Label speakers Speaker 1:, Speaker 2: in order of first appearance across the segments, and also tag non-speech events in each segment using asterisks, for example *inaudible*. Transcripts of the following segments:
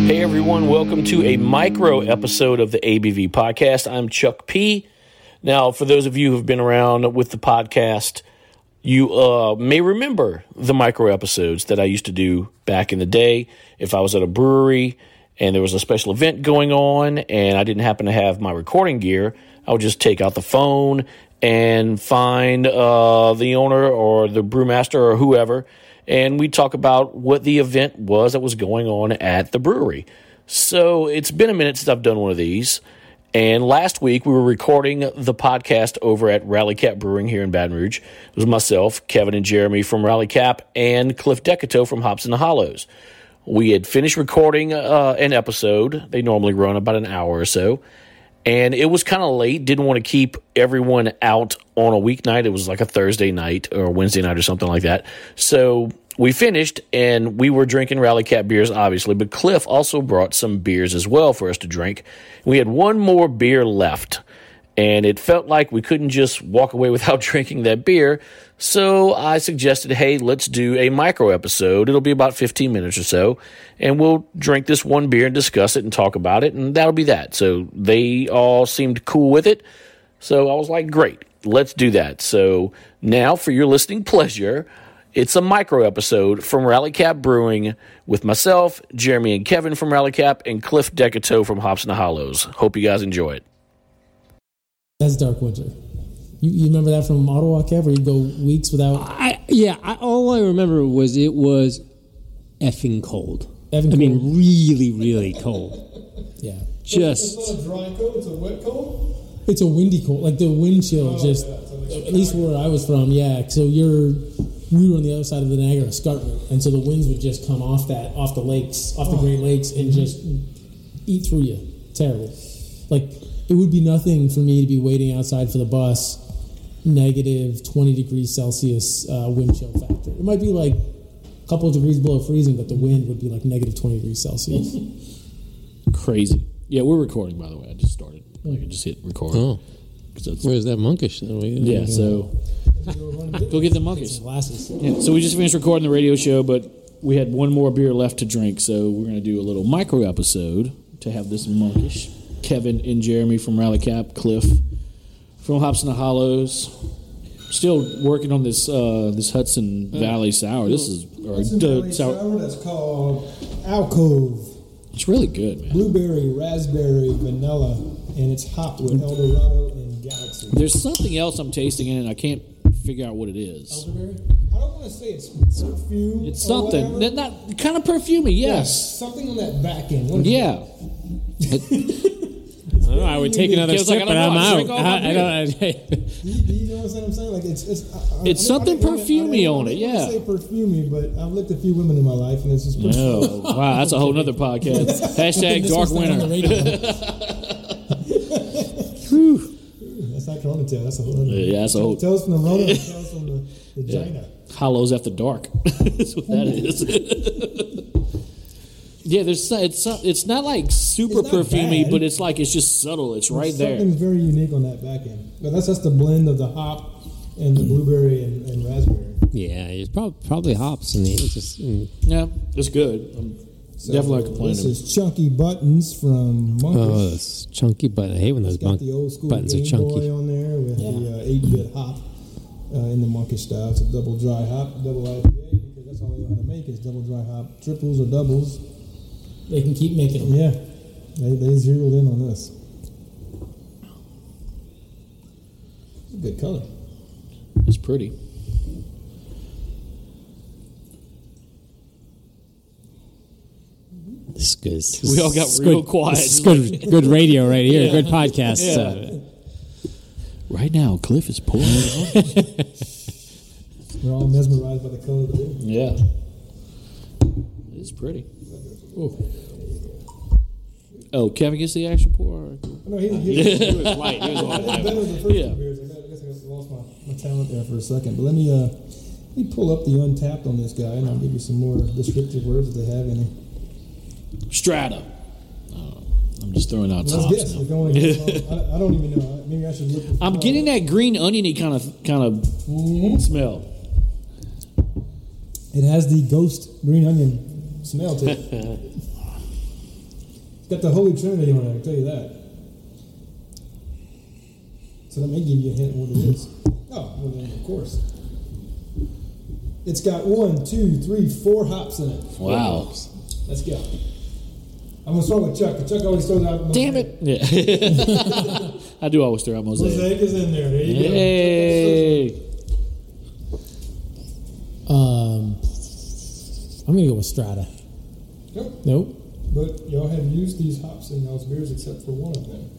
Speaker 1: and welcome to a micro episode of the ABV podcast. I'm Chuck P. Now, for those of you who've been around with the podcast, you uh, may remember the micro episodes that I used to do back in the day. If I was at a brewery and there was a special event going on and I didn't happen to have my recording gear, I would just take out the phone and find uh, the owner or the brewmaster or whoever, and we'd talk about what the event was that was going on at the brewery. So it's been a minute since I've done one of these. And last week we were recording the podcast over at Rally Cap Brewing here in Baton Rouge. It was myself, Kevin and Jeremy from Rally Cap, and Cliff Decato from Hops in the Hollows. We had finished recording uh, an episode. They normally run about an hour or so. And it was kind of late. Didn't want to keep everyone out on a weeknight. It was like a Thursday night or Wednesday night or something like that. So we finished and we were drinking Rally Cat beers, obviously. But Cliff also brought some beers as well for us to drink. We had one more beer left and it felt like we couldn't just walk away *laughs* without drinking that beer. So I suggested, hey, let's do a micro episode. It'll be about 15 minutes or so, and we'll drink this one beer and discuss it and talk about it, and that'll be that. So they all seemed cool with it. So I was like, great, let's do that. So now, for your listening *laughs* pleasure, it's a micro episode from Rally Cap Brewing with myself, Jeremy and Kevin from Rally Cap, and Cliff Decato from Hops and the Hollows. Hope you guys enjoy it.
Speaker 2: That's Dark Winter. You, you remember that from Ottawa, Kev, where you go weeks without
Speaker 3: I yeah, I, all I remember was it was effing cold.
Speaker 2: Effing
Speaker 3: I mean, really, really cold.
Speaker 2: yeah.
Speaker 4: It's
Speaker 3: Just
Speaker 4: not a dry cold, it's a wet Oh, cold?
Speaker 2: It's a windy cold, like the wind chill. just at least where I was from, yeah. So you're we were on the other side of the Niagara Escarpment, and so the winds would just come off that, off the lakes, off
Speaker 4: Oh.
Speaker 2: the Great Lakes,
Speaker 4: Mm-hmm.
Speaker 2: and just eat through you. Terrible. Like it would be nothing for me to be waiting outside for the bus, negative twenty degrees Celsius uh, wind chill factor. It might be like a couple of degrees below freezing, but the wind would be like negative twenty degrees Celsius.
Speaker 5: crazy. Yeah, we're recording by the way. I just started. Like I just hit record.
Speaker 6: Oh,
Speaker 5: 'Cause that's-
Speaker 6: where's that monkish? thing? We-
Speaker 5: yeah, so go get the monkeys.
Speaker 2: Glasses.
Speaker 5: Yeah, so we just finished recording the radio show, but we had one more beer left to drink, so we're gonna do a little micro episode to have this monkish. Kevin and Jeremy from Rally Cap, Cliff from Hops in the Hollows. Still working on this uh, this Hudson Valley sour. This is or
Speaker 4: It's a
Speaker 5: duh,
Speaker 4: valley
Speaker 5: sour.
Speaker 4: sour that's called Alcove.
Speaker 5: It's really good, man.
Speaker 4: Blueberry, raspberry, vanilla, and it's hot with Eldorado and Galaxy.
Speaker 5: There's something else I'm tasting in it. and I can't figure out what it is.
Speaker 4: I don't want to say it's perfume.
Speaker 5: It's
Speaker 4: or
Speaker 5: something.
Speaker 4: whatever.
Speaker 5: Not, not kind of perfumey. Yes.
Speaker 4: Something on that back end. What is it?
Speaker 5: Yeah.
Speaker 6: Oh, I would take another
Speaker 5: Feels like
Speaker 6: sip,
Speaker 5: I don't
Speaker 6: but
Speaker 5: know.
Speaker 6: I'm
Speaker 5: I drink
Speaker 6: out.
Speaker 5: all my
Speaker 6: I, I don't. *laughs*
Speaker 4: Do you, do you know what I'm saying? Like it's it's. I, I-
Speaker 5: It's
Speaker 4: I don't-
Speaker 5: something
Speaker 4: I don't- I don't-
Speaker 5: perfumey on it,
Speaker 4: I don't
Speaker 5: yeah.
Speaker 4: Say perfumey, but I've licked a few women in my life, and it's just. Perfume.
Speaker 5: *laughs* Oh, wow. That's a whole nother podcast. Hashtag dark winter.
Speaker 4: *laughs* That's not Corona tail. That's a whole. Other.
Speaker 5: Yeah, that's a whole
Speaker 4: Tell us from the Rona. and tell us from the vagina.
Speaker 5: hollows after dark. *laughs* That's what that is. *laughs* yeah, there's so- it's so- it's not like super
Speaker 4: It's not
Speaker 5: perfumey,
Speaker 4: bad.
Speaker 5: but it's like it's just subtle. It's right there.
Speaker 4: Something's very unique on that back end. But that's just the blend of the hop and the blueberry and, and raspberry.
Speaker 6: yeah, it's probably probably hops and it's just mm,
Speaker 5: Yeah, it's good. I'm definitely
Speaker 4: This
Speaker 5: complaining.
Speaker 4: is Chunky Buttons from
Speaker 6: oh,
Speaker 4: Monkish.
Speaker 6: it's chunky. But I hate when those
Speaker 4: it's got
Speaker 6: bunk
Speaker 4: the old school
Speaker 6: buttons are
Speaker 4: Game Boy
Speaker 6: chunky.
Speaker 4: on there with the uh, 8-bit hop uh, in the Monkish style. It's a double dry hop, double IPA, because that's all they know how to make is double dry hop. Triples or doubles.
Speaker 2: They can keep making them.
Speaker 4: Yeah, they, they zeroed in on this. Good color.
Speaker 5: It's pretty.
Speaker 6: This is good. This
Speaker 5: We all got
Speaker 6: is
Speaker 5: real
Speaker 6: good-
Speaker 5: quiet.
Speaker 6: This is good, good radio right here. Good podcast. Uh,
Speaker 5: Right now, Cliff
Speaker 4: *laughs*
Speaker 5: is pouring. it on.
Speaker 4: We're all mesmerized by the color of the beer.
Speaker 5: yeah, it's pretty. Oh, Kevin gets the actual pour.
Speaker 4: Oh, No, he, he,
Speaker 5: He was light. He
Speaker 4: That's
Speaker 5: was
Speaker 4: better than the first
Speaker 5: Yeah.
Speaker 4: two beers. I got- I guess I lost my, my talent there for a second. But let me uh, let me pull up the untapped on this guy, and I'll give you some more descriptive words if they have any.
Speaker 5: *laughs* Strata. Oh, I'm just throwing out
Speaker 4: Let's
Speaker 5: tops.
Speaker 4: guess. If I, wanna guess wrong. I, I don't even know. I- Maybe I should look.
Speaker 5: I'm getting that green oniony kind of kind of
Speaker 4: Mm-hmm.
Speaker 5: smell. *laughs*
Speaker 4: It has the ghost green onion smell to it. It's got the Holy Trinity on it. I tell you that. So that may give you a hint what it is. Oh, well then, of course. It's got one, two, three, four hops in it.
Speaker 5: Wow.
Speaker 4: Let's go. I'm gonna start with Chuck. Chuck always throws out.
Speaker 5: Damn it. Yeah.
Speaker 6: *laughs*
Speaker 5: I do always throw out mosaic.
Speaker 4: Mosaic is in there. There you go.
Speaker 5: Hey.
Speaker 2: Um, I'm gonna go with Strata.
Speaker 4: Yep.
Speaker 2: Nope.
Speaker 4: But y'all have used these hops in y'all's beers except for one of them.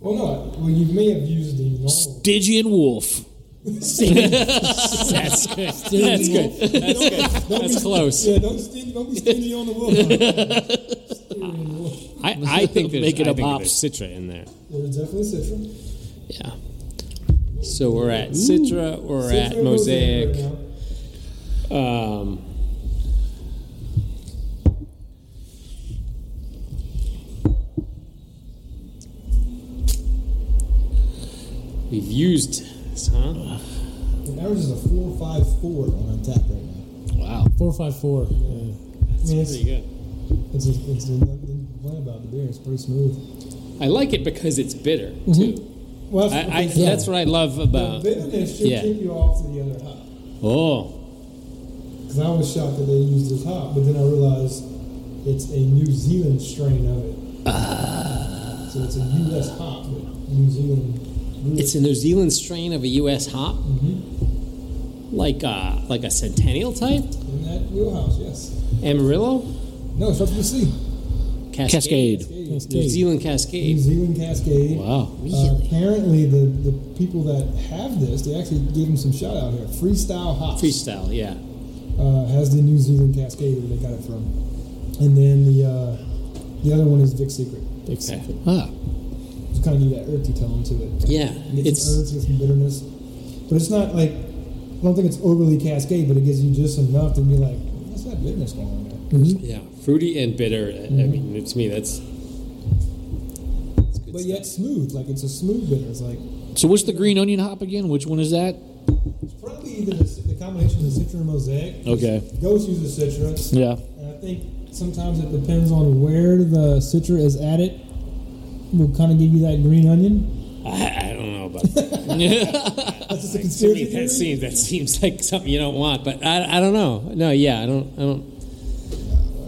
Speaker 4: Well, no. Well, you may have used the normal.
Speaker 5: Stygian wolf.
Speaker 6: *laughs* That's good. That's good. That's good. That's close.
Speaker 4: Yeah, don't sting, don't be stingy on the wolf. Steering wolf.
Speaker 6: I, I think there's,
Speaker 5: Make it
Speaker 6: I
Speaker 5: up
Speaker 6: think
Speaker 5: hops.
Speaker 6: there's Citra in there.
Speaker 4: There's definitely citron.
Speaker 6: Yeah. So we're at Citra, we're at Mosaic.
Speaker 4: right now.
Speaker 6: Um, we've used this, huh?
Speaker 4: The average is a four five four on tap right now.
Speaker 6: Wow.
Speaker 2: Four five four. Yeah.
Speaker 4: I mean, it's
Speaker 6: Pretty good.
Speaker 4: it's, it's, it's nothing to complain about the beer. It's pretty smooth.
Speaker 6: I like it because it's bitter,
Speaker 2: Mm-hmm.
Speaker 6: too.
Speaker 4: Well,
Speaker 6: I, I,
Speaker 4: okay, so
Speaker 6: That's what I love about.
Speaker 4: the bitterness should
Speaker 6: Uh, yeah.
Speaker 4: keep you off to the other hop.
Speaker 6: Oh.
Speaker 4: Because I was shocked that they used this hop, but then I realized it's a New Zealand strain of it.
Speaker 6: Uh,
Speaker 4: so it's a U.S. hop, but New Zealand. brew.
Speaker 6: It's a New Zealand strain of a U.S. hop?
Speaker 2: Mm-hmm.
Speaker 6: Like, a, like a centennial type?
Speaker 4: in that wheelhouse, yes.
Speaker 6: Amarillo?
Speaker 4: No, it starts with a C.
Speaker 5: Cascade.
Speaker 6: New Zealand
Speaker 4: New
Speaker 6: Cascade.
Speaker 4: Zealand Cascade.
Speaker 5: Wow.
Speaker 4: Uh, apparently, the, the people that have this, they actually gave them some shout out here. Freestyle Hops
Speaker 6: Freestyle, yeah.
Speaker 4: uh, has the New Zealand Cascade where they got it from, and then the uh, the other one is Vic Secret.
Speaker 2: Big
Speaker 6: Okay.
Speaker 2: secret.
Speaker 5: Ah.
Speaker 4: It's kind of give that earthy tone to it.
Speaker 6: Yeah.
Speaker 4: You get some herbs,
Speaker 6: It's
Speaker 4: you get some bitterness, but it's not like I don't think it's overly Cascade, but it gives you just enough to be like, that's that bitterness going on there.
Speaker 6: yeah, fruity and bitter. I- I
Speaker 5: Mm-hmm.
Speaker 6: mean, to me, that's. that's good
Speaker 4: But
Speaker 6: stuff.
Speaker 4: yet smooth, like it's a smooth bitter. It's like
Speaker 5: So what's the green onion hop again? Which one is that?
Speaker 4: it's probably either the, the combination of the citra and mosaic.
Speaker 5: Okay.
Speaker 4: Ghosts use the citra.
Speaker 5: Yeah.
Speaker 4: And I think sometimes it depends on where the citra is added. Will kind of give you that green onion.
Speaker 6: I, I don't know
Speaker 5: *laughs*
Speaker 6: about that.
Speaker 4: That's just a
Speaker 6: to
Speaker 4: conspiracy
Speaker 6: me, that
Speaker 4: theory.
Speaker 6: seems that seems like something you don't want. But I, I don't know. No, yeah, I don't. I don't.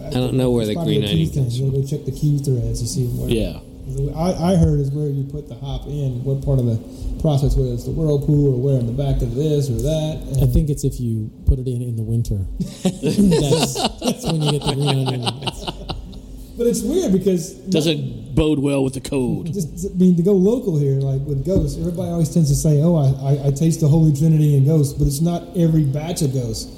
Speaker 6: I don't know where the
Speaker 4: It's probably
Speaker 6: green
Speaker 4: a key
Speaker 6: onion
Speaker 4: thing.
Speaker 6: comes from.
Speaker 4: You'll go check the key threads to see where.
Speaker 5: Yeah.
Speaker 4: I, I heard is where you put the hop in, what part of the process, whether it's the whirlpool or where in the back of this or that.
Speaker 2: I
Speaker 4: and-
Speaker 2: think it's if you put it in in the winter. that's, that's when you get the green onion. It's-
Speaker 4: but it's weird because
Speaker 5: Doesn't bode well with the cold.
Speaker 4: just I mean to go local here, like with Ghost, everybody always tends to say, "Oh, I, I, I taste the Holy Trinity in Ghost," but it's not every batch of Ghost.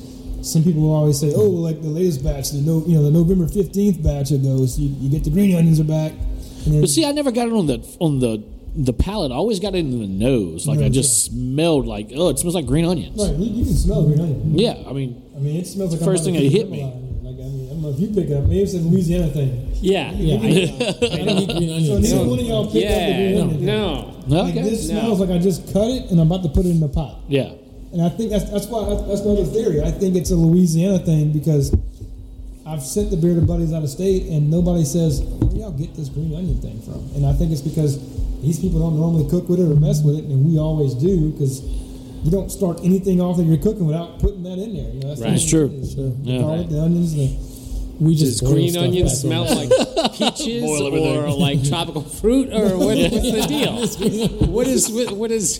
Speaker 4: Some people will always say, "Oh, like the latest batch, the no, you know, the November fifteenth batch of Ghost, you, you get the green onions are back." And then,
Speaker 5: But see, I never got it on the on the the palate. I always got it in the nose. Like I
Speaker 6: Mm-hmm.
Speaker 4: Nose,
Speaker 5: just smelled like oh, it smells like green onions.
Speaker 4: right, you, you can smell the green onion.
Speaker 5: Yeah, I mean,
Speaker 4: I mean, it smells like I'm
Speaker 5: First
Speaker 4: on a
Speaker 5: thing that hit
Speaker 4: Cinderella
Speaker 5: me.
Speaker 4: line. Like I mean, I don't know if you pick it up. Maybe it's a Louisiana thing.
Speaker 6: Yeah,
Speaker 2: Yeah,
Speaker 5: *laughs*
Speaker 2: I, I don't eat green
Speaker 4: So
Speaker 2: onions.
Speaker 4: neither one of y'all picked up the
Speaker 6: yeah.
Speaker 4: green
Speaker 6: No,
Speaker 4: onion.
Speaker 6: no.
Speaker 4: Like,
Speaker 5: okay.
Speaker 4: this
Speaker 6: no.
Speaker 4: smells like I just cut it and I'm about to put it in the pot.
Speaker 5: yeah,
Speaker 4: And I think that's that's why that's, that's another theory. I think it's a Louisiana thing because I've sent the beer to buddies out of state, and nobody says where y'all get this green onion thing from. And I think it's because these people don't normally cook with it or mess with it, and we always do because you don't start anything off that you're cooking without putting that in there. You know, that's the
Speaker 6: Right.
Speaker 4: only
Speaker 5: It's true.
Speaker 4: thing is the
Speaker 5: Yeah.
Speaker 4: garlic, the onions, the
Speaker 2: We
Speaker 6: Does
Speaker 2: just boil
Speaker 6: green
Speaker 2: stuff
Speaker 6: onions
Speaker 2: back
Speaker 6: smell
Speaker 2: on.
Speaker 6: like peaches
Speaker 5: Boil everything.
Speaker 6: or like
Speaker 5: *laughs*
Speaker 6: tropical fruit or what, what's the deal? What is what, what is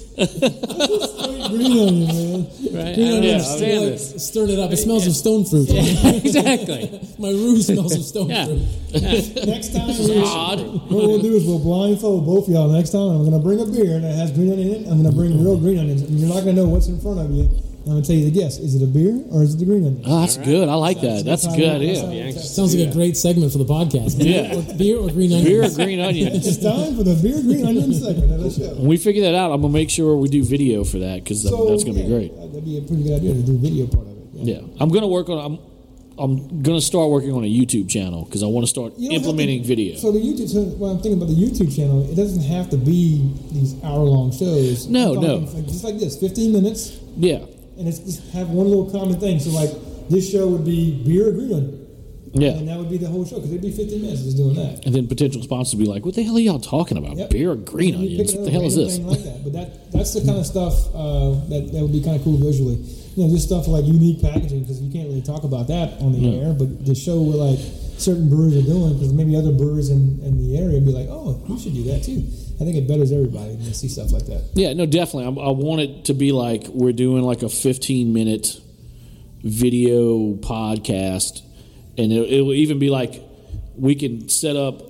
Speaker 4: green onion, man.
Speaker 6: right? I
Speaker 2: Green
Speaker 6: don't
Speaker 2: onions.
Speaker 6: understand
Speaker 2: like,
Speaker 6: this.
Speaker 2: Stirred it up. It smells of stone fruit.
Speaker 6: *laughs* exactly.
Speaker 2: *laughs* My room smells of stone
Speaker 6: Yeah.
Speaker 2: fruit.
Speaker 4: Next time, we,
Speaker 6: Odd.
Speaker 4: *laughs* what we'll do is we'll blindfold both of y'all next time. I'm gonna bring a beer that has green onion in it. I'm gonna bring real green onions, and you're not gonna know what's in front of you. And I'm gonna tell you the guess: is it a beer or is it the green onion?
Speaker 5: oh, that's good. I like that. That's a good
Speaker 4: That's
Speaker 5: idea.
Speaker 4: how we test
Speaker 2: Sounds like a great segment for the podcast. Beer
Speaker 5: Yeah.
Speaker 2: or, beer or green onions.
Speaker 5: Beer or green onions.
Speaker 4: it. It's time for the beer green onion
Speaker 5: *laughs*
Speaker 4: segment of the show.
Speaker 5: When we figure that out, I'm gonna make sure we do video for that because that's gonna
Speaker 4: yeah,
Speaker 5: be great.
Speaker 4: That'd be a pretty good idea to do a video part of it.
Speaker 5: Yeah, I'm gonna work on. I'm I'm gonna start working on a YouTube channel because I want to start
Speaker 4: You don't have to-
Speaker 5: implementing video.
Speaker 4: So the YouTube. So what I'm thinking about the YouTube channel, it doesn't have to be these hour-long shows.
Speaker 5: No,
Speaker 4: I'm
Speaker 5: no.
Speaker 4: talking like- just like this, 15 minutes.
Speaker 5: yeah,
Speaker 4: and it's just have one little common thing. So like this show would be beer or green onion.
Speaker 5: Yeah.
Speaker 4: And that would be the whole show because it'd be 15 minutes just doing that.
Speaker 5: And then potential sponsors would be like, "What the hell are y'all talking about?
Speaker 4: Yep.
Speaker 5: Beer or green
Speaker 4: You pick
Speaker 5: onions? What
Speaker 4: another
Speaker 5: the hell is
Speaker 4: random
Speaker 5: this?"
Speaker 4: thing Like that. But that, that's the kind of stuff uh, that, that would be kind of cool visually. You know, just stuff like unique packaging because you can't really talk about that on the air, but the show where like certain breweries are doing because maybe other breweries in, in the area would be like, oh, you should do that too. I think it betters everybody when they see stuff like that.
Speaker 5: Yeah, no, definitely. I, I want it to be like we're doing like a 15 minute video podcast, and it, it will even be like we can set up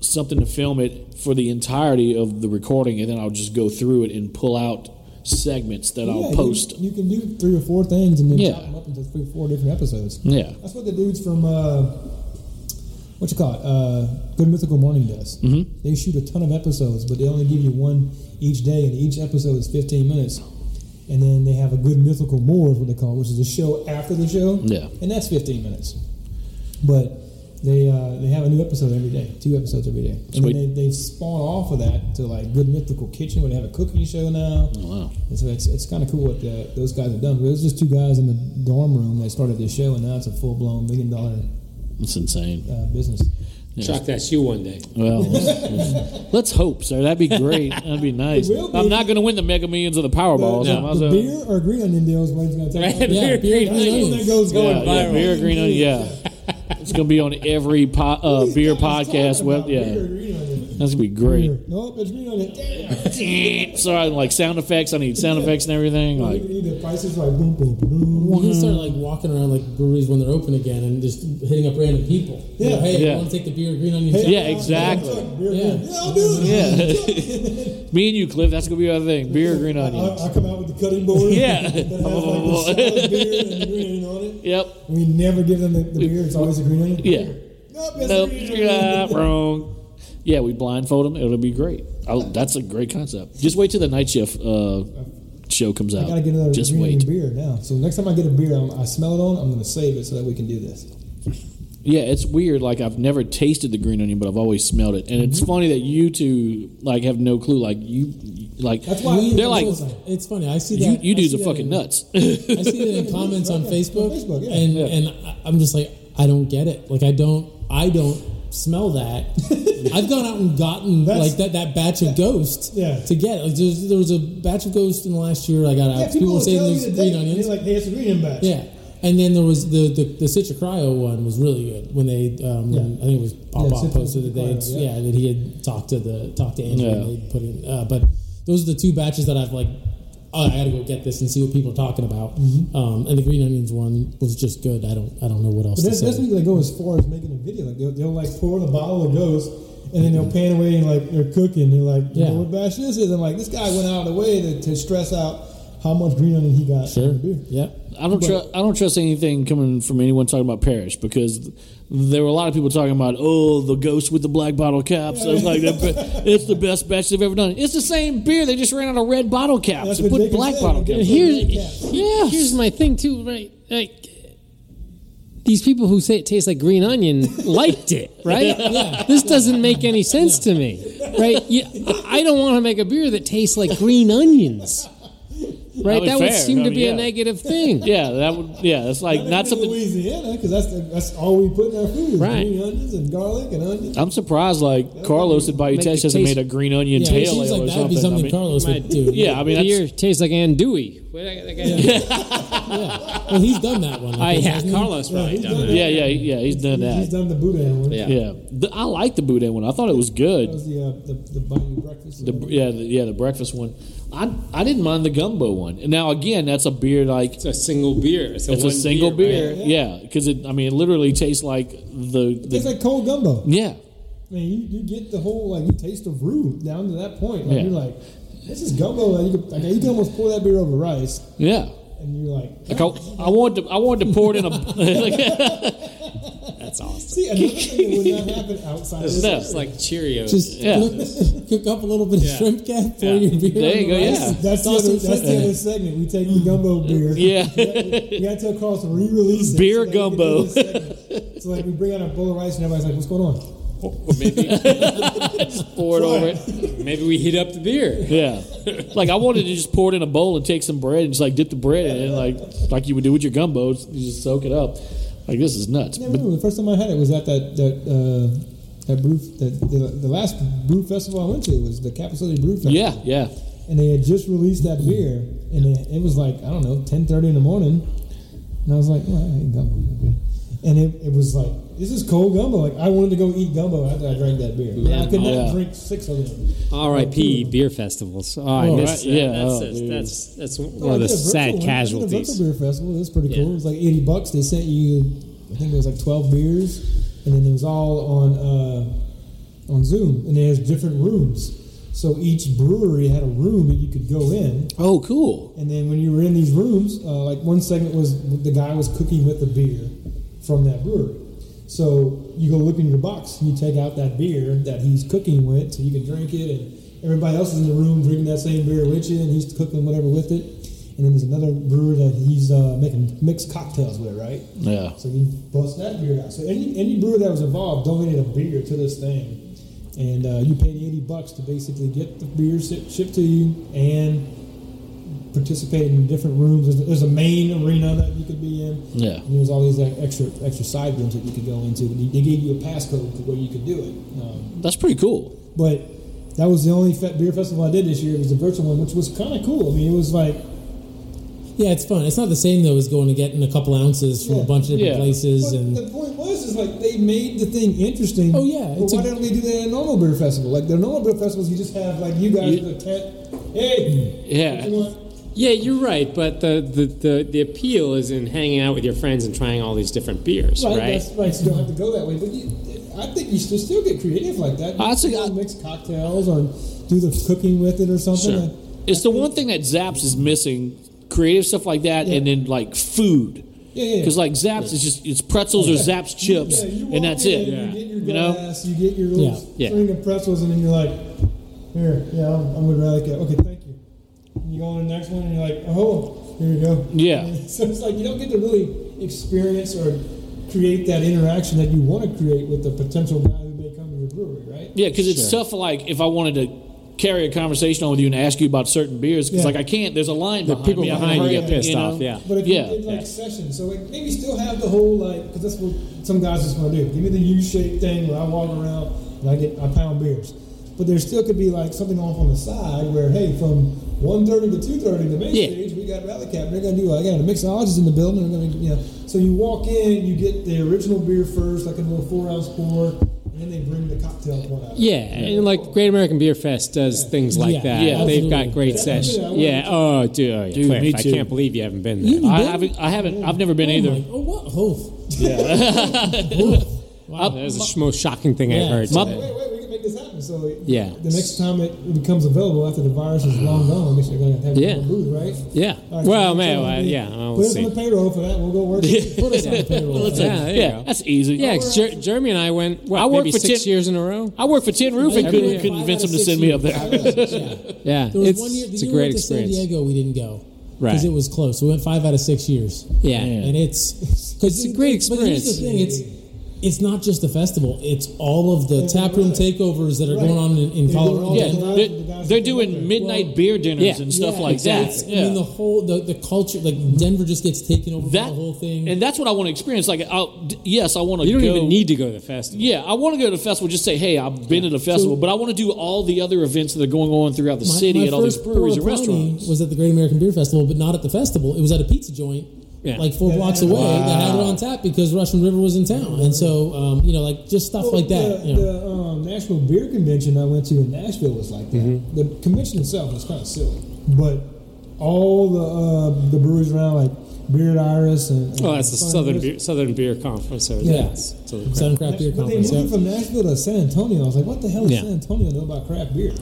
Speaker 5: something to film it for the entirety of the recording, and then I'll just go through it and pull out segments that
Speaker 4: Yeah,
Speaker 5: I'll
Speaker 4: you-
Speaker 5: post.
Speaker 4: You, can do three or four things and then
Speaker 5: Yeah.
Speaker 4: chop them up into three or four different episodes.
Speaker 5: Yeah,
Speaker 4: That's what the dudes from uh, what you call it, uh, Good Mythical Morning does. Mm-hmm. They shoot a ton of episodes, but they only give you one each day, and each episode is 15 minutes. And then they have a Good Mythical More is what they call, it, which is a show after the show.
Speaker 5: Yeah.
Speaker 4: and that's 15 minutes. But they uh, they have a new episode every day, two episodes every day, and
Speaker 5: Sweet.
Speaker 4: then they, they spawn off of that to like Good Mythical Kitchen, where they have a cooking show now.
Speaker 5: wow.
Speaker 4: And so it's, it's kind of cool what the, those guys have done. But it was just two guys in the dorm room that started this show, and now it's a full blown million dollar
Speaker 5: it's insane.
Speaker 4: uh, business.
Speaker 6: Chuck, that's you one day.
Speaker 5: Well, let's hope, sir. That'd be great. That'd be nice.
Speaker 4: It will be.
Speaker 5: I'm not going to win the Mega Millions or the Powerball. so I might as
Speaker 4: the
Speaker 5: well-
Speaker 4: beer or green onion deal is what it's going to
Speaker 5: *laughs*
Speaker 6: Right?
Speaker 4: take. Yeah,
Speaker 6: Beer, green
Speaker 4: that's the one that
Speaker 6: onions.
Speaker 4: goes
Speaker 6: Going
Speaker 5: yeah, yeah,
Speaker 6: viral.
Speaker 5: beer green onion. Yeah, it's gonna be on every po- uh,
Speaker 4: These
Speaker 5: beer
Speaker 4: guys talking
Speaker 5: podcast web.
Speaker 4: about
Speaker 5: Yeah,
Speaker 4: beer or green onion.
Speaker 5: that's gonna be great.
Speaker 4: Beer. Nope, it's green onion. Damn.
Speaker 5: *laughs* so I like sound effects. I need sound effects and everything.
Speaker 4: You
Speaker 5: Like,
Speaker 4: can either price is right. Boom, boom, boom.
Speaker 2: Well, you can start like walking around like breweries when they're open again and just hitting up random people. You know,
Speaker 4: Yeah.
Speaker 2: hey,
Speaker 5: Yeah.
Speaker 2: I want to take the beer, green onion.
Speaker 4: Hey,
Speaker 2: challenge.
Speaker 5: Yeah,
Speaker 4: I'll- I'll
Speaker 5: exactly.
Speaker 4: cook beer.
Speaker 2: Yeah.
Speaker 4: Yeah, I'll do it.
Speaker 5: yeah, *laughs*
Speaker 4: *laughs*
Speaker 5: me and you, Cliff. That's gonna be our thing. Beer green onion.
Speaker 4: I, I come out with the cutting board.
Speaker 5: *laughs* Yeah.
Speaker 4: That has, like, the solid beer and the green onion on
Speaker 5: *laughs*
Speaker 4: it.
Speaker 5: Yep.
Speaker 4: We never give them the, the beer. It's always a green onion.
Speaker 5: Yeah.
Speaker 4: Nope, it's
Speaker 5: Nope.
Speaker 4: a green onion.
Speaker 5: Yeah, wrong. Yeah, we blindfold them. It'll be great. Oh, that's a great concept. Just wait till the night shift uh, show comes
Speaker 4: I *laughs* gotta
Speaker 5: out.
Speaker 4: get another
Speaker 5: Just
Speaker 4: green
Speaker 5: wait.
Speaker 4: beer now. So next time I get a beer, I'm, I smell it on. I'm gonna save it so that we can do this.
Speaker 5: Yeah, it's weird. Like I've never tasted the green onion, but I've always smelled it. And it's
Speaker 2: Mm-hmm.
Speaker 5: funny that you two like have no clue. Like you, like
Speaker 4: That's why
Speaker 5: they're like
Speaker 2: It's like- it's funny. I see that.
Speaker 5: you. You
Speaker 2: I
Speaker 5: dudes
Speaker 2: see
Speaker 5: are
Speaker 2: that
Speaker 5: fucking
Speaker 2: in-
Speaker 5: nuts.
Speaker 2: I see that in comments
Speaker 4: *laughs*
Speaker 2: on
Speaker 4: Yeah, on
Speaker 2: Facebook,
Speaker 4: Facebook, yeah.
Speaker 2: and uh, and I- I'm just like, I don't get it. Like, I don't, I don't smell
Speaker 4: *laughs*
Speaker 2: that. I've gone out and gotten
Speaker 4: That's-
Speaker 2: like that, that batch of Ghost
Speaker 4: Yeah.
Speaker 2: to get. it. Like, there's, there was a batch of Ghost in the last year. I got out. people were saying there's green onions.
Speaker 4: like, hey, it's a green onion batch.
Speaker 2: yeah. And then there was the the, the Citra Cryo one was really good when they um, when-
Speaker 4: Yeah.
Speaker 2: I think it was Pop
Speaker 4: Yeah, Citra
Speaker 2: posted that they had,
Speaker 4: Cryo,
Speaker 2: yeah.
Speaker 4: yeah.
Speaker 2: that he had talked to the talked to Andrew
Speaker 5: Yeah.
Speaker 2: and they put in uh, but those are the two batches that I've like oh, I got to go get this and see what people are talking about
Speaker 4: Mm-hmm.
Speaker 2: um, and the green onions one was just good I don't I don't know what
Speaker 4: But
Speaker 2: else to
Speaker 4: that's,
Speaker 2: say
Speaker 4: that's when they go as far as making a video. Like they'll, they'll like pour in a bottle of Ghost, and then they'll
Speaker 5: Mm-hmm.
Speaker 4: pan away and like they're cooking. They're like, you
Speaker 2: Yeah.
Speaker 4: know what batch this is? I'm like, this guy went out of the way to, to stress out how much green onion he got. in
Speaker 2: sure
Speaker 4: the beer.
Speaker 2: yeah
Speaker 5: I don't trust. I don't trust anything coming from anyone talking about Parrish because there were a lot of people talking about oh the ghost with the black bottle caps. I was like, it's the best batch they've ever done. It's the same beer. They just ran out of red bottle caps
Speaker 4: That's
Speaker 5: and
Speaker 4: what
Speaker 5: put
Speaker 4: Baker
Speaker 5: black
Speaker 4: said.
Speaker 5: bottle
Speaker 4: Baker
Speaker 5: caps.
Speaker 4: said-
Speaker 3: Here's
Speaker 5: Yes.
Speaker 3: here's my thing too, right? Like these people who say it tastes like green onion *laughs* liked it, right? This doesn't make any sense to me, right? You, I don't want to make a beer that tastes like green onions, right?
Speaker 5: That was
Speaker 3: That would
Speaker 5: fair.
Speaker 3: seem
Speaker 5: I
Speaker 3: to
Speaker 5: mean,
Speaker 3: be
Speaker 5: yeah.
Speaker 3: a negative thing.
Speaker 5: Yeah, that would. Yeah, it's like
Speaker 4: Not,
Speaker 5: not
Speaker 4: even in
Speaker 5: something.
Speaker 4: Louisiana because that's the, that's all we put in our food. is
Speaker 3: Right.
Speaker 4: Green onions and garlic and onions.
Speaker 5: I'm surprised, like Carlos at Bayou
Speaker 3: Make
Speaker 5: Tesh
Speaker 3: it
Speaker 5: hasn't
Speaker 3: taste-
Speaker 5: made a green onion
Speaker 2: yeah it
Speaker 5: pale
Speaker 2: seems
Speaker 5: ale
Speaker 2: like that
Speaker 5: or
Speaker 2: would
Speaker 5: something.
Speaker 2: be something
Speaker 5: I mean-
Speaker 2: Carlos
Speaker 4: *laughs*
Speaker 2: would do
Speaker 5: yeah, I mean,
Speaker 3: beer
Speaker 5: that's,
Speaker 3: tastes like andouille. What I- I got-
Speaker 6: *laughs*
Speaker 2: well he's done that one
Speaker 3: I-
Speaker 2: I think,
Speaker 3: yeah,
Speaker 2: hasn't he?
Speaker 6: Carlos probably
Speaker 4: he's
Speaker 6: done
Speaker 4: done
Speaker 6: that.
Speaker 5: Oh, yeah, yeah, yeah. He's done
Speaker 4: He's-
Speaker 5: that.
Speaker 4: He's done the Buddha one.
Speaker 6: Yeah.
Speaker 5: Yeah, the, I like the boudin one. I thought it was good.
Speaker 4: That was the, uh, the, the Bayou breakfast.
Speaker 5: The, yeah, the, yeah, the breakfast one. I I didn't mind the gumbo one. And Now again, that's a beer like
Speaker 6: It's a single beer. It's a,
Speaker 5: it's a
Speaker 6: one
Speaker 5: single
Speaker 6: beer.
Speaker 5: beer.
Speaker 6: right?
Speaker 5: Yeah, because it. I mean, it literally tastes like the. the Mm.
Speaker 4: it's like cold gumbo.
Speaker 5: yeah,
Speaker 4: I mean, you, you get the whole like you taste of roux down to that point. Like,
Speaker 5: Yeah.
Speaker 4: You're like, this is gumbo. Like, you, could, like, you can almost pour that beer over rice,
Speaker 5: yeah.
Speaker 4: and you're like,
Speaker 5: Like I, I wanted to I wanted to pour it in a. *laughs* like,
Speaker 6: That's awesome.
Speaker 4: see, another thing that would not happen outside. of
Speaker 6: It's
Speaker 5: No.
Speaker 6: just like Cheerios.
Speaker 2: just
Speaker 5: Yeah.
Speaker 2: cook, cook up a little bit of
Speaker 6: Yeah.
Speaker 2: shrimp cap pour
Speaker 6: Yeah.
Speaker 2: your beer
Speaker 5: There
Speaker 2: on
Speaker 5: you
Speaker 2: the
Speaker 5: go,
Speaker 2: rice.
Speaker 5: yeah.
Speaker 4: That's the,
Speaker 2: Sauce
Speaker 4: other,
Speaker 2: and
Speaker 4: that's the
Speaker 2: feta.
Speaker 4: other segment. We take the gumbo beer.
Speaker 5: Mm. yeah,
Speaker 4: You gotta tell Carl to re-release it
Speaker 5: Beer
Speaker 4: so that we can do
Speaker 5: gumbo.
Speaker 4: this segment. so like we bring out a bowl of rice and everybody's like, "What's going on?"
Speaker 6: Or maybe,
Speaker 5: pour it over it.
Speaker 6: maybe we heat up the beer.
Speaker 5: Yeah, *laughs* like I wanted to just pour it in a bowl and take some bread and just like dip the bread in it, like like you would do with your gumbo. You just soak it up. Like this is nuts.
Speaker 4: Yeah, I
Speaker 5: But
Speaker 4: remember the first time I had it was at that that uh, that brew that the, the last brew festival I went to was the Capital City Brew Festival.
Speaker 5: yeah, yeah.
Speaker 4: and they had just released that beer, and it, it was like I don't know, ten thirty in the morning, and I was like, well, I ain't gumbo, baby." and it, it was like this is cold gumbo. Like I wanted to go eat gumbo after I drank that beer. And I could not
Speaker 5: Yeah.
Speaker 4: drink six of them.
Speaker 6: R.I.P. beer festivals. Oh, I
Speaker 5: Oh,
Speaker 6: missed
Speaker 5: right,
Speaker 6: that.
Speaker 5: yeah,
Speaker 6: that's,
Speaker 5: oh,
Speaker 6: that's,
Speaker 5: dude.
Speaker 6: that's that's
Speaker 4: So
Speaker 6: one
Speaker 4: I
Speaker 6: of the
Speaker 4: did a virtual
Speaker 6: sad
Speaker 4: one. I did a virtual
Speaker 6: casualties.
Speaker 4: beer festival. It was pretty cool.
Speaker 6: Yeah.
Speaker 4: It was like eighty bucks. They sent you, I think it was like twelve beers, and then it was all on uh, on Zoom, and there's different rooms. So each brewery had a room that you could go in.
Speaker 5: Oh, cool.
Speaker 4: And then when you were in these rooms, uh, like one segment was the guy was cooking with a beer from that brewery. So you go look in your box and you take out that beer that he's cooking with so you can drink it. And everybody else is in the room drinking that same beer with you and he's cooking whatever with it. And then there's another brewer that he's uh, making mixed cocktails with, right?
Speaker 5: Yeah.
Speaker 4: So you bust that beer out. So any, any brewer that was involved donated a beer to this thing, and uh, you paid eighty bucks to basically get the beer shipped, shipped to you and participate in different rooms. There's, there's a main arena that you could be in.
Speaker 5: Yeah.
Speaker 4: And there was all these like, extra extra side rooms that you could go into. They they gave you a passcode to where you could do it. Um,
Speaker 5: That's pretty cool.
Speaker 4: but that was the only fe- beer festival I did this year. It was a virtual one, which was kind of cool. I mean, it was like
Speaker 2: Yeah, it's fun. It's not the same though as going to getting a couple ounces from
Speaker 4: Yeah.
Speaker 2: a bunch of different
Speaker 5: Yeah.
Speaker 2: places
Speaker 4: But
Speaker 2: and
Speaker 4: the point was, is like they made the thing interesting.
Speaker 2: Oh, yeah,
Speaker 4: But
Speaker 2: it's
Speaker 4: why
Speaker 2: a-
Speaker 4: don't they do that at a normal beer festival? Like the normal beer festivals, you just have like you guys
Speaker 5: You-
Speaker 4: with a tent. Hey,
Speaker 5: Yeah.
Speaker 4: what you want?
Speaker 6: Yeah, you're right, but the, the, the, the appeal is in hanging out with your friends and trying all these different beers, right?
Speaker 4: Right, That's right. So you don't have to go that way, but you, I think you should still get creative like that.
Speaker 5: I think I-
Speaker 4: mix cocktails or do the cooking with it or something.
Speaker 5: Sure. It's the one thing that Zaps is missing. Creative stuff like that, and then like food.
Speaker 4: Yeah, yeah, yeah.
Speaker 5: Because like Zaps is just it's pretzels or Zaps chips,
Speaker 4: Yeah, you walk
Speaker 5: and that's
Speaker 4: in,
Speaker 5: it.
Speaker 4: You get your
Speaker 5: You know?
Speaker 4: glass, you get your little
Speaker 6: Yeah. Yeah.
Speaker 4: string of pretzels, and then you're like, here, yeah, I'm, I'm with Radicat. Okay, thank you. And you go on the next one, and you're like, oh, here you go.
Speaker 5: Yeah.
Speaker 4: *laughs* So it's like you don't get to really experience or create that interaction that you want to create with the potential guy who may come to your brewery, right?
Speaker 5: Yeah, because it's tough. Like if I wanted to carry a conversation on with you and ask you about certain beers, because
Speaker 4: Yeah.
Speaker 5: like I can't. There's a line
Speaker 6: The
Speaker 5: behind
Speaker 6: people
Speaker 5: me. I have to
Speaker 6: behind you
Speaker 5: hurry
Speaker 6: get
Speaker 5: up,
Speaker 6: pissed
Speaker 5: know?
Speaker 6: off, yeah.
Speaker 4: But if
Speaker 5: Yeah.
Speaker 4: you did like
Speaker 6: Yeah.
Speaker 4: sessions, so like maybe still have the whole like because that's what some guys just want to do. Give me the U-shaped thing where I walk around and I get I pound beers. But there still could be like something off on the side where hey, from 1.30 to two thirty, the main
Speaker 5: Yeah.
Speaker 4: stage we got rally cap. They're gonna do I got a mixologist in the building. They're gonna you know. So you walk in, you get the original beer first, like a little four ounce pour, and then they bring the cocktail one out.
Speaker 6: Yeah, and like Great American Beer Fest does things like
Speaker 2: Yeah,
Speaker 6: that.
Speaker 5: yeah,
Speaker 6: they've
Speaker 2: absolutely.
Speaker 6: got great
Speaker 4: Yeah, yeah, I
Speaker 6: sessions.
Speaker 4: wanted
Speaker 6: Yeah.
Speaker 4: to-
Speaker 6: Oh, dude, oh, yeah.
Speaker 5: Dude,
Speaker 6: Cliff,
Speaker 5: me
Speaker 6: I
Speaker 5: too.
Speaker 6: can't believe you haven't been there.
Speaker 2: You-
Speaker 5: I
Speaker 2: Been?
Speaker 5: haven't. I haven't. I've never been
Speaker 2: oh,
Speaker 5: either.
Speaker 2: my- oh what? Oh,
Speaker 6: Wow, that was the most shocking thing I've
Speaker 2: Yeah.
Speaker 6: heard.
Speaker 5: My-
Speaker 6: today.
Speaker 4: Wait, wait, we can make this happen. So
Speaker 6: Yeah.
Speaker 4: the next time it becomes available after the virus is long gone, we should go have
Speaker 6: Yeah.
Speaker 4: a booth, right?
Speaker 6: yeah.
Speaker 4: All right,
Speaker 6: well,
Speaker 4: so
Speaker 6: man,
Speaker 4: so
Speaker 6: well,
Speaker 4: we-
Speaker 6: yeah, well,
Speaker 4: put
Speaker 6: we'll
Speaker 4: us on
Speaker 6: see.
Speaker 4: the payroll for that. We'll go
Speaker 6: *laughs*
Speaker 4: work. it.
Speaker 5: *laughs*
Speaker 4: Put us on the payroll. for that.
Speaker 6: Yeah, there you
Speaker 5: yeah,
Speaker 6: go.
Speaker 5: that's easy.
Speaker 6: Yeah, 'cause Jer- Jeremy and I went, what,
Speaker 5: I worked
Speaker 6: maybe
Speaker 5: for
Speaker 6: six
Speaker 5: ten-
Speaker 6: years in a row?
Speaker 5: I worked for Tin Roof and
Speaker 6: Every
Speaker 5: couldn't
Speaker 6: year.
Speaker 5: convince him to send me up there.
Speaker 2: *laughs* yeah.
Speaker 6: Yeah,
Speaker 2: There was
Speaker 6: it's,
Speaker 2: one year the
Speaker 6: it's a
Speaker 2: year we
Speaker 6: great
Speaker 2: went to San
Speaker 6: experience.
Speaker 2: Diego we didn't go.
Speaker 6: Right.
Speaker 2: Because it was close. We went five out of six years.
Speaker 6: Yeah.
Speaker 5: Yeah.
Speaker 2: And it's because
Speaker 6: It's a great
Speaker 2: But here's
Speaker 6: experience.
Speaker 2: the thing: it's it's not just the festival; it's all of the taproom takeovers that are
Speaker 4: Right.
Speaker 2: going on in, in
Speaker 4: They're going
Speaker 2: Colorado.
Speaker 4: on
Speaker 5: Yeah,
Speaker 4: The guys-
Speaker 5: they're,
Speaker 4: the guys
Speaker 5: they're
Speaker 4: that come up
Speaker 5: doing
Speaker 4: there.
Speaker 5: midnight beer dinners
Speaker 6: yeah.
Speaker 5: and stuff
Speaker 2: Yeah,
Speaker 5: like
Speaker 2: it's-
Speaker 5: that.
Speaker 2: I
Speaker 5: Yeah.
Speaker 2: mean, the whole the, the culture, like Denver, just gets taken over. by
Speaker 5: that
Speaker 2: the whole thing.
Speaker 5: and that's what I want to experience. Like, I'll, d- yes, I want to.
Speaker 6: You don't
Speaker 5: go,
Speaker 6: even need to go to the festival.
Speaker 5: Yeah, I want to go to the festival. Just say, hey, I've been to the festival, but I want to do all the other events that are going on throughout the
Speaker 2: My-
Speaker 5: city
Speaker 2: my
Speaker 5: at all these
Speaker 2: first
Speaker 5: breweries and
Speaker 2: Porta Potty
Speaker 5: restaurants.
Speaker 2: Was at the Great American Beer Festival, but not at the festival. It was at a pizza joint,
Speaker 6: Yeah.
Speaker 2: like four
Speaker 4: Yeah.
Speaker 2: blocks away, that had it on tap because Russian River was in town, and so um, you know, like just stuff
Speaker 4: Well,
Speaker 2: like that.
Speaker 4: The,
Speaker 2: you know.
Speaker 4: the um, National Beer Convention I went to in Nashville was like that.
Speaker 6: Mm-hmm.
Speaker 4: The convention itself was kind of silly, but all the uh, the breweries around like Beard Iris and, and
Speaker 6: Oh, that's the
Speaker 4: Fun
Speaker 6: Southern
Speaker 4: Beers.
Speaker 6: Beer, Southern Beer Conference. Over
Speaker 4: Yeah.
Speaker 6: there. It's- it's a-
Speaker 2: Southern Craft Beer
Speaker 4: But they
Speaker 2: Conference.
Speaker 4: moved
Speaker 2: yeah.
Speaker 4: from Nashville to San Antonio. I was like, what the hell does
Speaker 6: Yeah.
Speaker 4: San Antonio know about craft beer?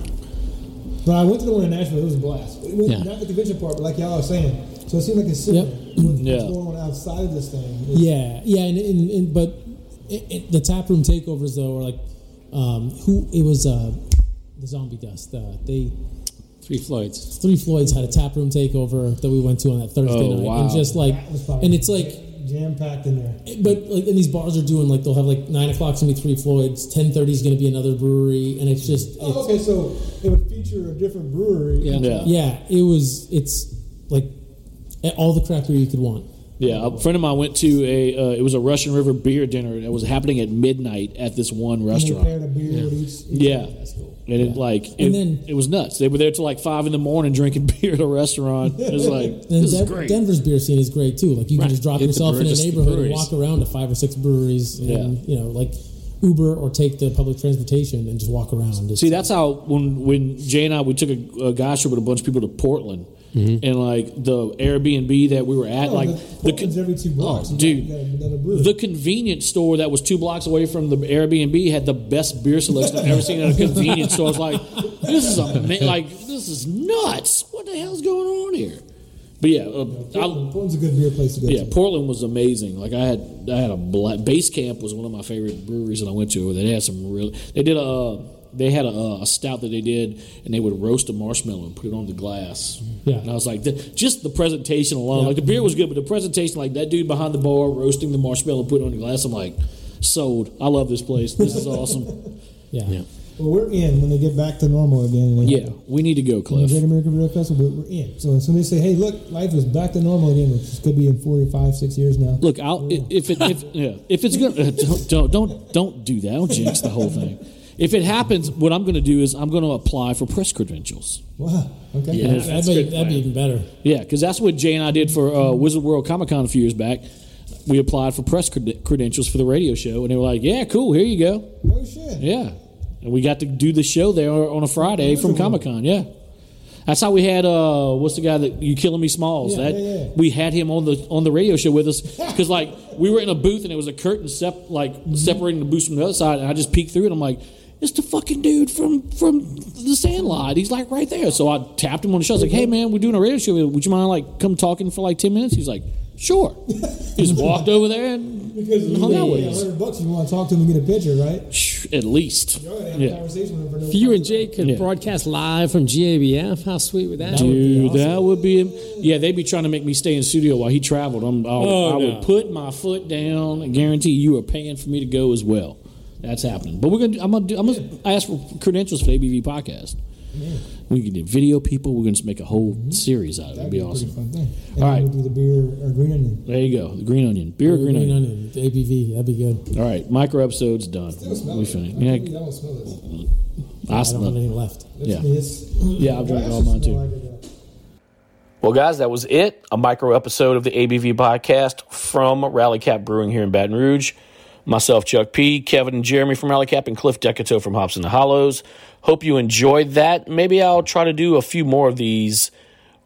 Speaker 4: But I went to the one in Nashville. It was a blast. It was
Speaker 6: Yeah.
Speaker 4: Not the convention part, but like y'all are saying. So it seemed like it's sitting
Speaker 2: Yep.
Speaker 4: there. What's
Speaker 5: Yeah.
Speaker 4: going on outside of this thing? is-
Speaker 2: Yeah, yeah, and, and, and but it, it, the taproom takeovers though are like, um, who it was uh, the Zombie Dust. Uh, they
Speaker 6: Three Floyds.
Speaker 2: Three Floyds had a taproom takeover that we went to on that Thursday
Speaker 5: Oh,
Speaker 2: night,
Speaker 5: wow.
Speaker 2: and just like,
Speaker 4: That was probably
Speaker 2: and it's like.
Speaker 4: jam packed in there.
Speaker 2: But like, and these bars are doing like they'll have like nine o'clock's gonna be Three Floyds, ten thirty's gonna be another brewery, and it's just it's,
Speaker 4: Oh, okay, so it would feature a different brewery.
Speaker 5: Yeah.
Speaker 2: yeah, it was it's like all the crap beer you could want.
Speaker 5: Yeah, a friend of mine went to a. Uh, it was a Russian River beer dinner that was happening at midnight at this one
Speaker 4: And they paired
Speaker 5: restaurant.
Speaker 4: a beer with each. each-
Speaker 5: Yeah,
Speaker 2: cool.
Speaker 5: and it like it,
Speaker 2: And then-
Speaker 5: it was nuts. They were there till like five in the morning drinking *laughs* beer at a restaurant. It was like
Speaker 2: And
Speaker 5: this is
Speaker 2: Den-
Speaker 5: great.
Speaker 2: Denver's beer scene is great too. Like you can
Speaker 5: Right.
Speaker 2: just drop
Speaker 5: Hit the
Speaker 2: yourself in a
Speaker 5: breweries, the
Speaker 2: neighborhood and
Speaker 5: breweries.
Speaker 2: walk around to five or six breweries, and you know, like Uber or take the public transportation and just walk around. It's-
Speaker 5: See, that's how when when Jay and I we took a, a guy trip with a bunch of people to Portland, and like the Airbnb that we were at,
Speaker 4: Oh,
Speaker 5: like
Speaker 4: the,
Speaker 5: the,
Speaker 4: Portland's every two blocks.
Speaker 5: Oh,
Speaker 4: you
Speaker 5: dude.
Speaker 4: got another brewery.
Speaker 5: the convenience store that was two blocks away from the Airbnb had the best beer selection I've ever seen at a convenience store. I was like, this is ama- like this is nuts. What the hell's going on here? But yeah, uh, I,
Speaker 4: Portland- Portland's a good beer place to go
Speaker 5: yeah,
Speaker 4: to.
Speaker 5: Portland was amazing. Like I had, I had a bla base camp was one of my favorite breweries that I went to. They had some real. They did a. They had a, a stout that they did, and they would roast a marshmallow and put it on the glass.
Speaker 2: Yeah.
Speaker 5: and I was like, the, just the presentation alone. Like the beer was good, but the presentation, like that dude behind the bar roasting the marshmallow, and put it on the glass. I'm like, sold. I love this place. This is awesome.
Speaker 2: *laughs* yeah.
Speaker 4: Well, we're in when they get back to normal again. and they-
Speaker 5: yeah, we need to go,
Speaker 4: The
Speaker 5: Cliff.
Speaker 4: Great American Beer Festival, we're, we're in. So when somebody say, "Hey, look, life is back to normal again," which could be in four or five, six years now.
Speaker 5: Look, I'll i- if it if yeah, if it's gonna uh, don't, don't don't don't do that. Don't jinx the whole thing. If it happens, what I'm gonna do is I'm gonna apply for press credentials.
Speaker 4: Wow. Okay.
Speaker 5: Yeah.
Speaker 2: That'd, be, that'd be even better.
Speaker 5: Yeah, because that's what Jay and I did for uh, Wizard World Comic Con a few years back. We applied for press creden- credentials for the radio show, and they were like, "Yeah, cool, here you go."
Speaker 4: No Oh, shit.
Speaker 5: Yeah, and we got to do the show there on a Friday from Comic Con. Yeah, that's how we had. Uh, what's the guy that you killing me, Smalls?
Speaker 4: Yeah,
Speaker 5: that
Speaker 4: yeah, yeah.
Speaker 5: we had him on the on the radio show
Speaker 4: *laughs*
Speaker 5: with us because like we were in a booth and it was a curtain sep- like
Speaker 4: Mm-hmm.
Speaker 5: separating the booth from the other side, and I just peeked through it. I'm like. It's the fucking dude from from the Sandlot. He's like right there. So I tapped him on the shoulder. I was like, "Hey man, we're doing a radio show. Would you mind like come talking for like ten minutes?" He's like,
Speaker 4: *laughs*
Speaker 5: "Sure." He just walked over there and
Speaker 4: Because you
Speaker 5: hung out
Speaker 4: pay
Speaker 5: with us.
Speaker 4: 100 bucks, you want to talk to them and get a picture, right?
Speaker 5: Shh, At least,
Speaker 4: You're gonna have a
Speaker 5: yeah.
Speaker 4: conversation with them for no
Speaker 3: If you
Speaker 4: cost.
Speaker 3: and Jay could
Speaker 5: Yeah.
Speaker 3: broadcast live from GABF, how sweet would that be?
Speaker 5: Dude, that would be. Yeah, they'd be trying to make me stay in studio while he traveled. I'm, I'll,
Speaker 6: Oh,
Speaker 5: I
Speaker 6: no.
Speaker 5: would put my foot down and guarantee you are paying for me to go as well. That's happening. But we're gonna. do- I'm gonna. Do, I'm gonna ask for credentials for the ABV podcast. We can do video people. We're gonna just make a whole series out of it. It'd
Speaker 4: That'd
Speaker 5: be,
Speaker 4: a pretty Fun
Speaker 5: awesome.
Speaker 4: thing.
Speaker 5: All right.
Speaker 4: We'll do the beer or green onion.
Speaker 5: There you go. The green onion beer, green,
Speaker 2: Green
Speaker 5: onion.
Speaker 2: onion, the ABV, that'd be good.
Speaker 5: All right, micro episodes done.
Speaker 4: I smell
Speaker 5: We
Speaker 4: it.
Speaker 5: finished.
Speaker 4: I
Speaker 5: Yeah,
Speaker 4: really don't smell it.
Speaker 5: I
Speaker 2: I don't have
Speaker 5: smell.
Speaker 2: any left.
Speaker 4: That's-
Speaker 5: Yeah.
Speaker 4: I mean, it's-
Speaker 5: Yeah, I've drank
Speaker 4: Well,
Speaker 5: all mine
Speaker 4: that's just
Speaker 5: too.
Speaker 4: how I did that.
Speaker 1: Well, guys, that was it. A micro episode of the ABV podcast from Rally Cap Brewing here in Baton Rouge. Myself, Chuck P, Kevin and Jeremy from Rally Cap, and Cliff Decato from Hops in the Hollows. Hope you enjoyed that. Maybe I'll try to do a few more of these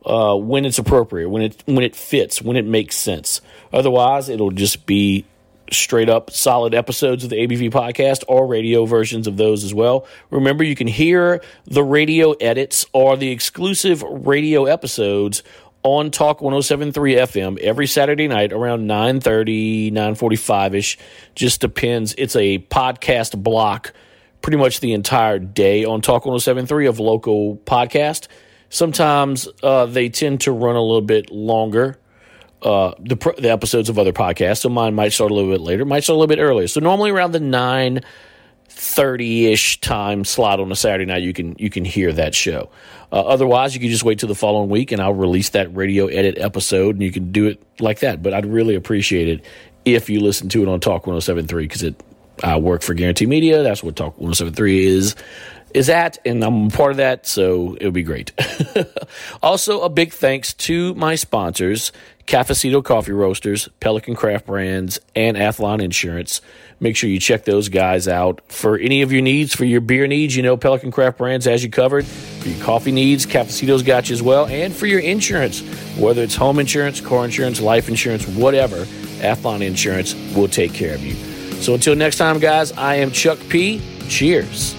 Speaker 1: uh, when it's appropriate, when it when it fits, when it makes sense. Otherwise, it'll just be straight up solid episodes of the ABV podcast or radio versions of those as well. Remember, you can hear the radio edits or the exclusive radio episodes on Talk 1073 FM every Saturday night around 9:30, 9:45ish. Just depends. It's a podcast block pretty much the entire day on Talk 1073 of local podcast. Sometimes uh, they tend to run a little bit longer uh, the, pr- the episodes of other podcasts. So mine might start a little bit later, might start a little bit earlier. So normally around the nine thirty ish time slot on a Saturday night, you can you can hear that show. Uh, otherwise, you can just wait till the following week, and I'll release that radio edit episode, and you can do it like that. But I'd really appreciate it if you listen to it on Talk 107.3 because it I work for Guarantee Media. That's what Talk 107.3 is is at, and I'm part of that, so it would be great. *laughs* also, a big thanks to my sponsors, Cafecito Coffee Roasters, Pelican Craft Brands, and Athlon Insurance. Make sure you check those guys out for any of your needs, for your beer needs. You know, Pelican Craft Brands has you covered. For your coffee needs, Cafecito's got you as well. And for your insurance, whether it's home insurance, car insurance, life insurance, whatever, Athlon Insurance will take care of you. So until next time, guys, I am Chuck P. Cheers.